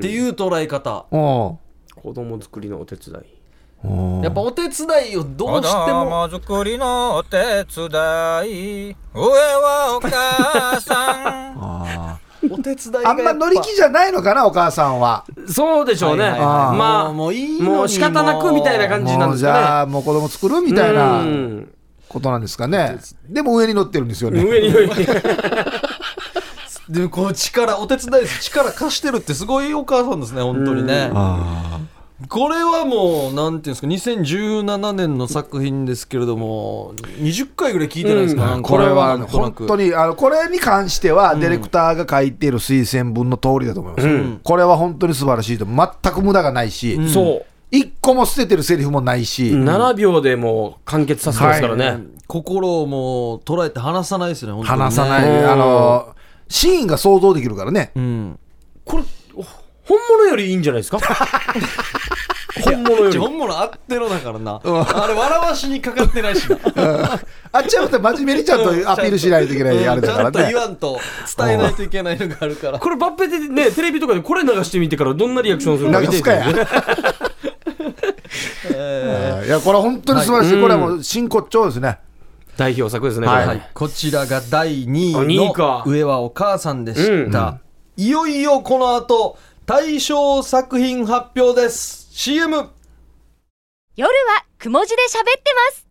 ん。ていう捉え方、うん子供作りのお手伝い。やっぱお手伝いを ど子うしても供作りのお手伝い上はお母さんお手伝いがあんま乗り気じゃないのかな、お母さんは。そうでしょうね。はいはいはいまあ、もうもういいのにもう仕方なくみたいな感じなもんうですじかゃあ、もう子供作るみね。たいうなんことなんですかね。でも上に乗ってるんですよね。上に上に。でもこう力お手伝いです力貸してるってすごいお母さんですね本当にねこれはもうなんていうんですか2017年の作品ですけれども20回ぐらい聞いてないですか,、うんなんかこれはなんとな本く当に、あのこれに関しては、ディレクターが書いている推薦文の通りだと思います、これは本当に素晴らしいと、全く無駄がないし、そ一個も捨ててるセリフもないし、う。7秒でもう完結させてますからね。心をもう捉えて離さないですよね本当にね話さない、あのシーンが想像できるからね、うんこれ、本物よりいいんじゃないですか本物より。本物合ってるだからな。あれ、笑わしにかかってないしな。あっちはまた真面目にちゃんとアピールしないといけないあれだからちゃんと言ね。わんと伝えないといけないのがあるから。これ、バッペでね、テレビとかでこれ流してみてから、どんなリアクションするかなん見かてすみてかや。いや、これは本当に素晴らしい。これはもう真骨頂ですね。代表作ですね、はいこはれい、こちらが第2あ位二位のか上はお母さんでした。いよいよこの後、大賞作品発表です。CM! 夜はくも字で喋ってます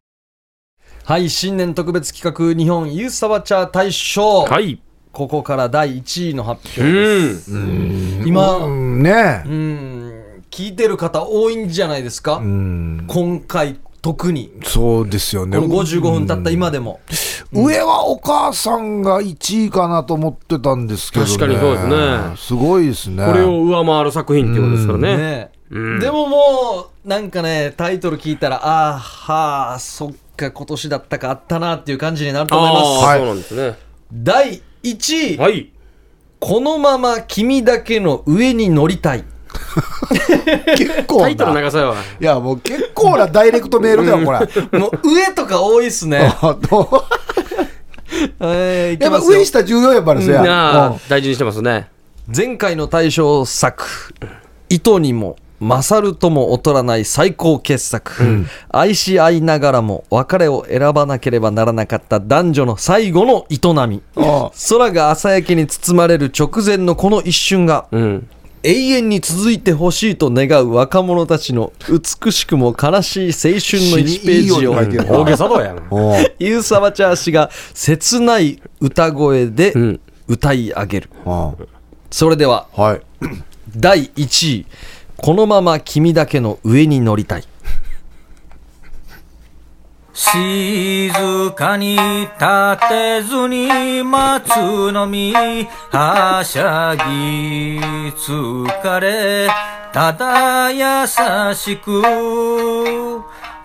はい、新年特別企画、日本ユースサバチャー大賞。はい。ここから第1位の発表うです。ん。今、うん、ねうん、聞いてる方多いんじゃないですか、今回特にそうですよね。この55分経った今でも、上はお母さんが1位かなと思ってたんですけどね。確かにそうですねすごいですね。これを上回る作品っていうことですからね。ねでももうなんかねタイトル聞いたらあーはあそっか今年だったかあったなっていう感じになると思います、ああ、はいそうなんですね。第1位、はい。このまま君だけの上に乗りたい結構タな。イトル長さは。いや、もう結構なダイレクトメールだよ、これ。もう上とか多いっすねあとえーいき やっぱますよ上下重要やっぱりなさ。あ、大事にしてますね。前回の大賞作「糸にも勝るとも劣らない最高傑作、愛し合いながらも別れを選ばなければならなかった男女の最後の営みああ空が朝焼けに包まれる直前のこの一瞬が、うん。永遠に続いてほしいと願う若者たちの美しくも悲しい青春の1ページをいいよって書いてる大げさだやん。おうユーサバチャー氏が切ない歌声でん歌い上げる、あそれではあはい第1位このまま君だけの上に乗りたい静かに立てずに待つのみはしゃぎ疲れただ優しく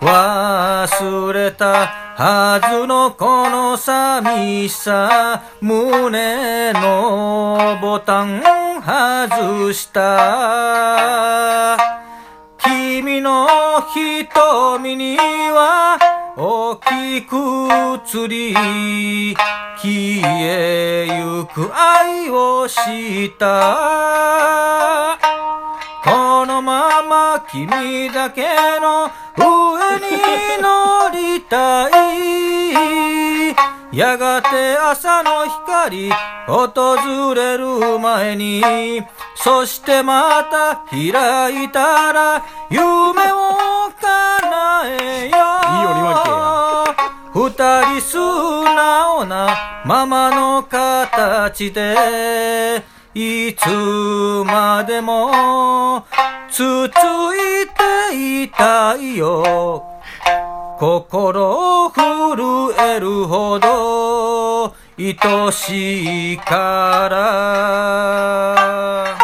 忘れたはずのこの寂しさ胸のボタン外した君の瞳には大きく映り消えゆく愛をしたこのまま君だけの上に乗りたいやがて朝の光訪れる前にそしてまた開いたら夢を叶いえよういよりわけや二人素直なままの形でいつまでもつついていたいよ心を震えるほど愛しいから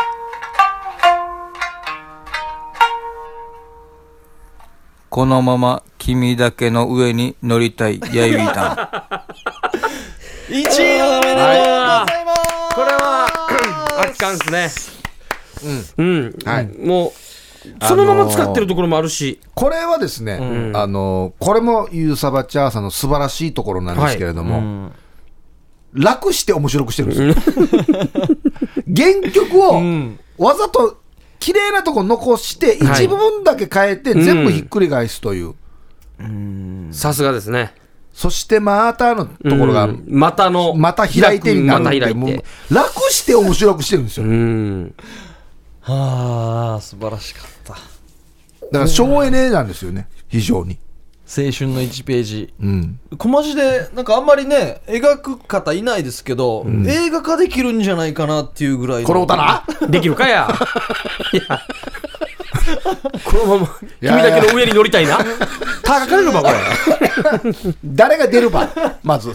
このまま君だけの上に乗りたいヤイビータン1位おめでとうございます、これは、圧巻ですね。うん。はいもう、そのまま使ってるところもあるし。これはですね、あのこれもユーサバチャーさんの素晴らしいところなんですけれども、楽して面白くしてるんですよ。 原曲をわざと綺麗なとこ残して、はい一部分だけ変えて、全部ひっくり返すという、さすがですね。そしてまたのところが、うんまたの、また開いてになまるたん開いで、もうて。楽して面白くしてるんですよう。ん。はあ素晴らしかった青だから省エネなんですよね、非常に。春の1ページうん、小文字でなんかあんまりね描く方いないですけど、映画化できるんじゃないかなっていうぐらいのこの歌なできるかや。いや。このまま、君だけの上に乗りたいな。高かれるば、これ。 誰が出るば、まず。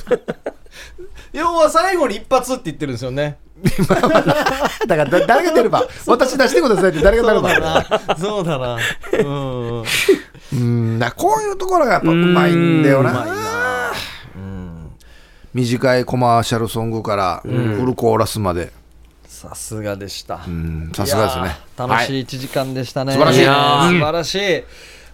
要は最後に一発って言ってるんですよねだからだ誰が出れ ば、私出してくださいって誰が出それうだば。なそうだ なうんうん、なこういうところがやっぱうまいんだよな。短いコマーシャルソングからフルコーラスまで。さすがでしたうん、さすがですねいや。ー楽はしい1時間でしたね、素晴らしいやー素晴らしい、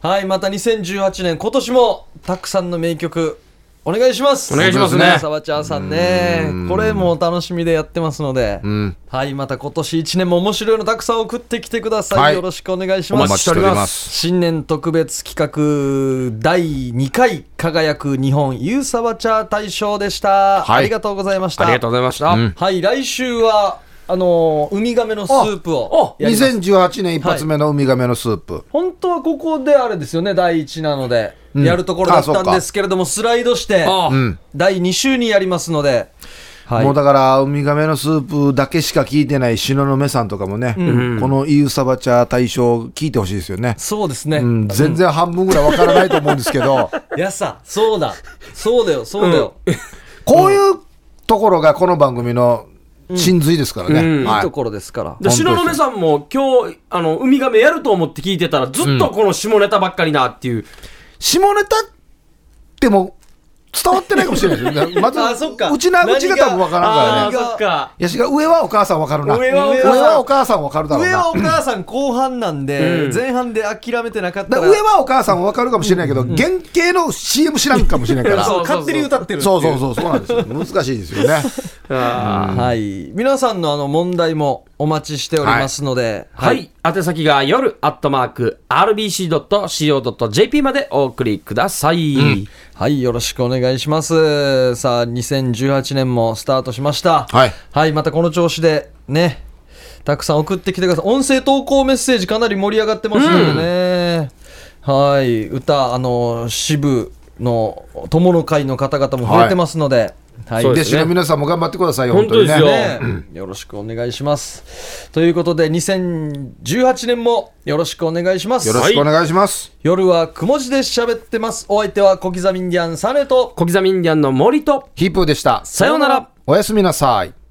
はいまた2018年今年もたくさんの名曲お願いしますお願いしますねサバチャーさんねこれもお楽しみでやってますので、んはいまた今年1年も面白いのたくさん送ってきてください、はいよろしくお願いしおま待すちしております。新年特別企画第2回輝く日本ユーサバチャー大賞でした、はいありがとうございましたありがとうございました。んはい来週はあのーウミガメのスープをやります2018年一発目のウミガメのスープ。本当はここであれですよね第1なので、んやるところだっあそたうんかですけれどもスライドしてあうあ、ん。第2週にやりますので、はい、もうだから、ウミガメのスープだけしか聞いてない東雲さんとかもね、このイウサバチャー大賞聞いてほしいですよね。そうですね、うん、全然半分ぐらいわからないと思うんですけど。いやさそうだそうだよそうだよ、こういうところがこの番組の真髄ですからね。うんいいはいところですから、で本当ですよ東雲さんも今日、あの、ウミガメやると思って聞いてたら、ずっとこの下ネタばっかりなっていう。下ネタっても伝わってないかもしれないですよ。まず、あそっかうちな、うちが多分わからんからああ、ね。そっか。いやしが上はお母さんわかるな。上はお母さんお母さんわかるだろう上はな。お母さん後半なんで、うん前半で諦めてなかっただら上はお母さんわかるかもしれないけど、原型の CM 知らんかもしれないから。そそうそう勝手に歌ってるうそうそう、そうなんですよ。難しいですよね。あはい、皆さんのあの問題もお待ちしておりますので、ははいい、宛先が夜アットマーク RBC.CO.JP までお送りください、はい、よろしくお願いします。さあ、2018年もスタートしました。 はい。またこの調子で、ね、たくさん送ってきてください。音声投稿メッセージかなり盛り上がってますのでね。はい、歌、あの、支部の友の会の方々も増えてますので、はい、そう弟です子ねの皆さんも頑張ってくださいよ、本当にね。本当ですねよろしくお願いします。ということで、2018年もよろしくお願いします。よろしくお願いします。夜はくも字で喋ってます。お相手は小刻みインディアンサネと、小刻みインディアンの森とヒープーでした。さようならおやすみなさい。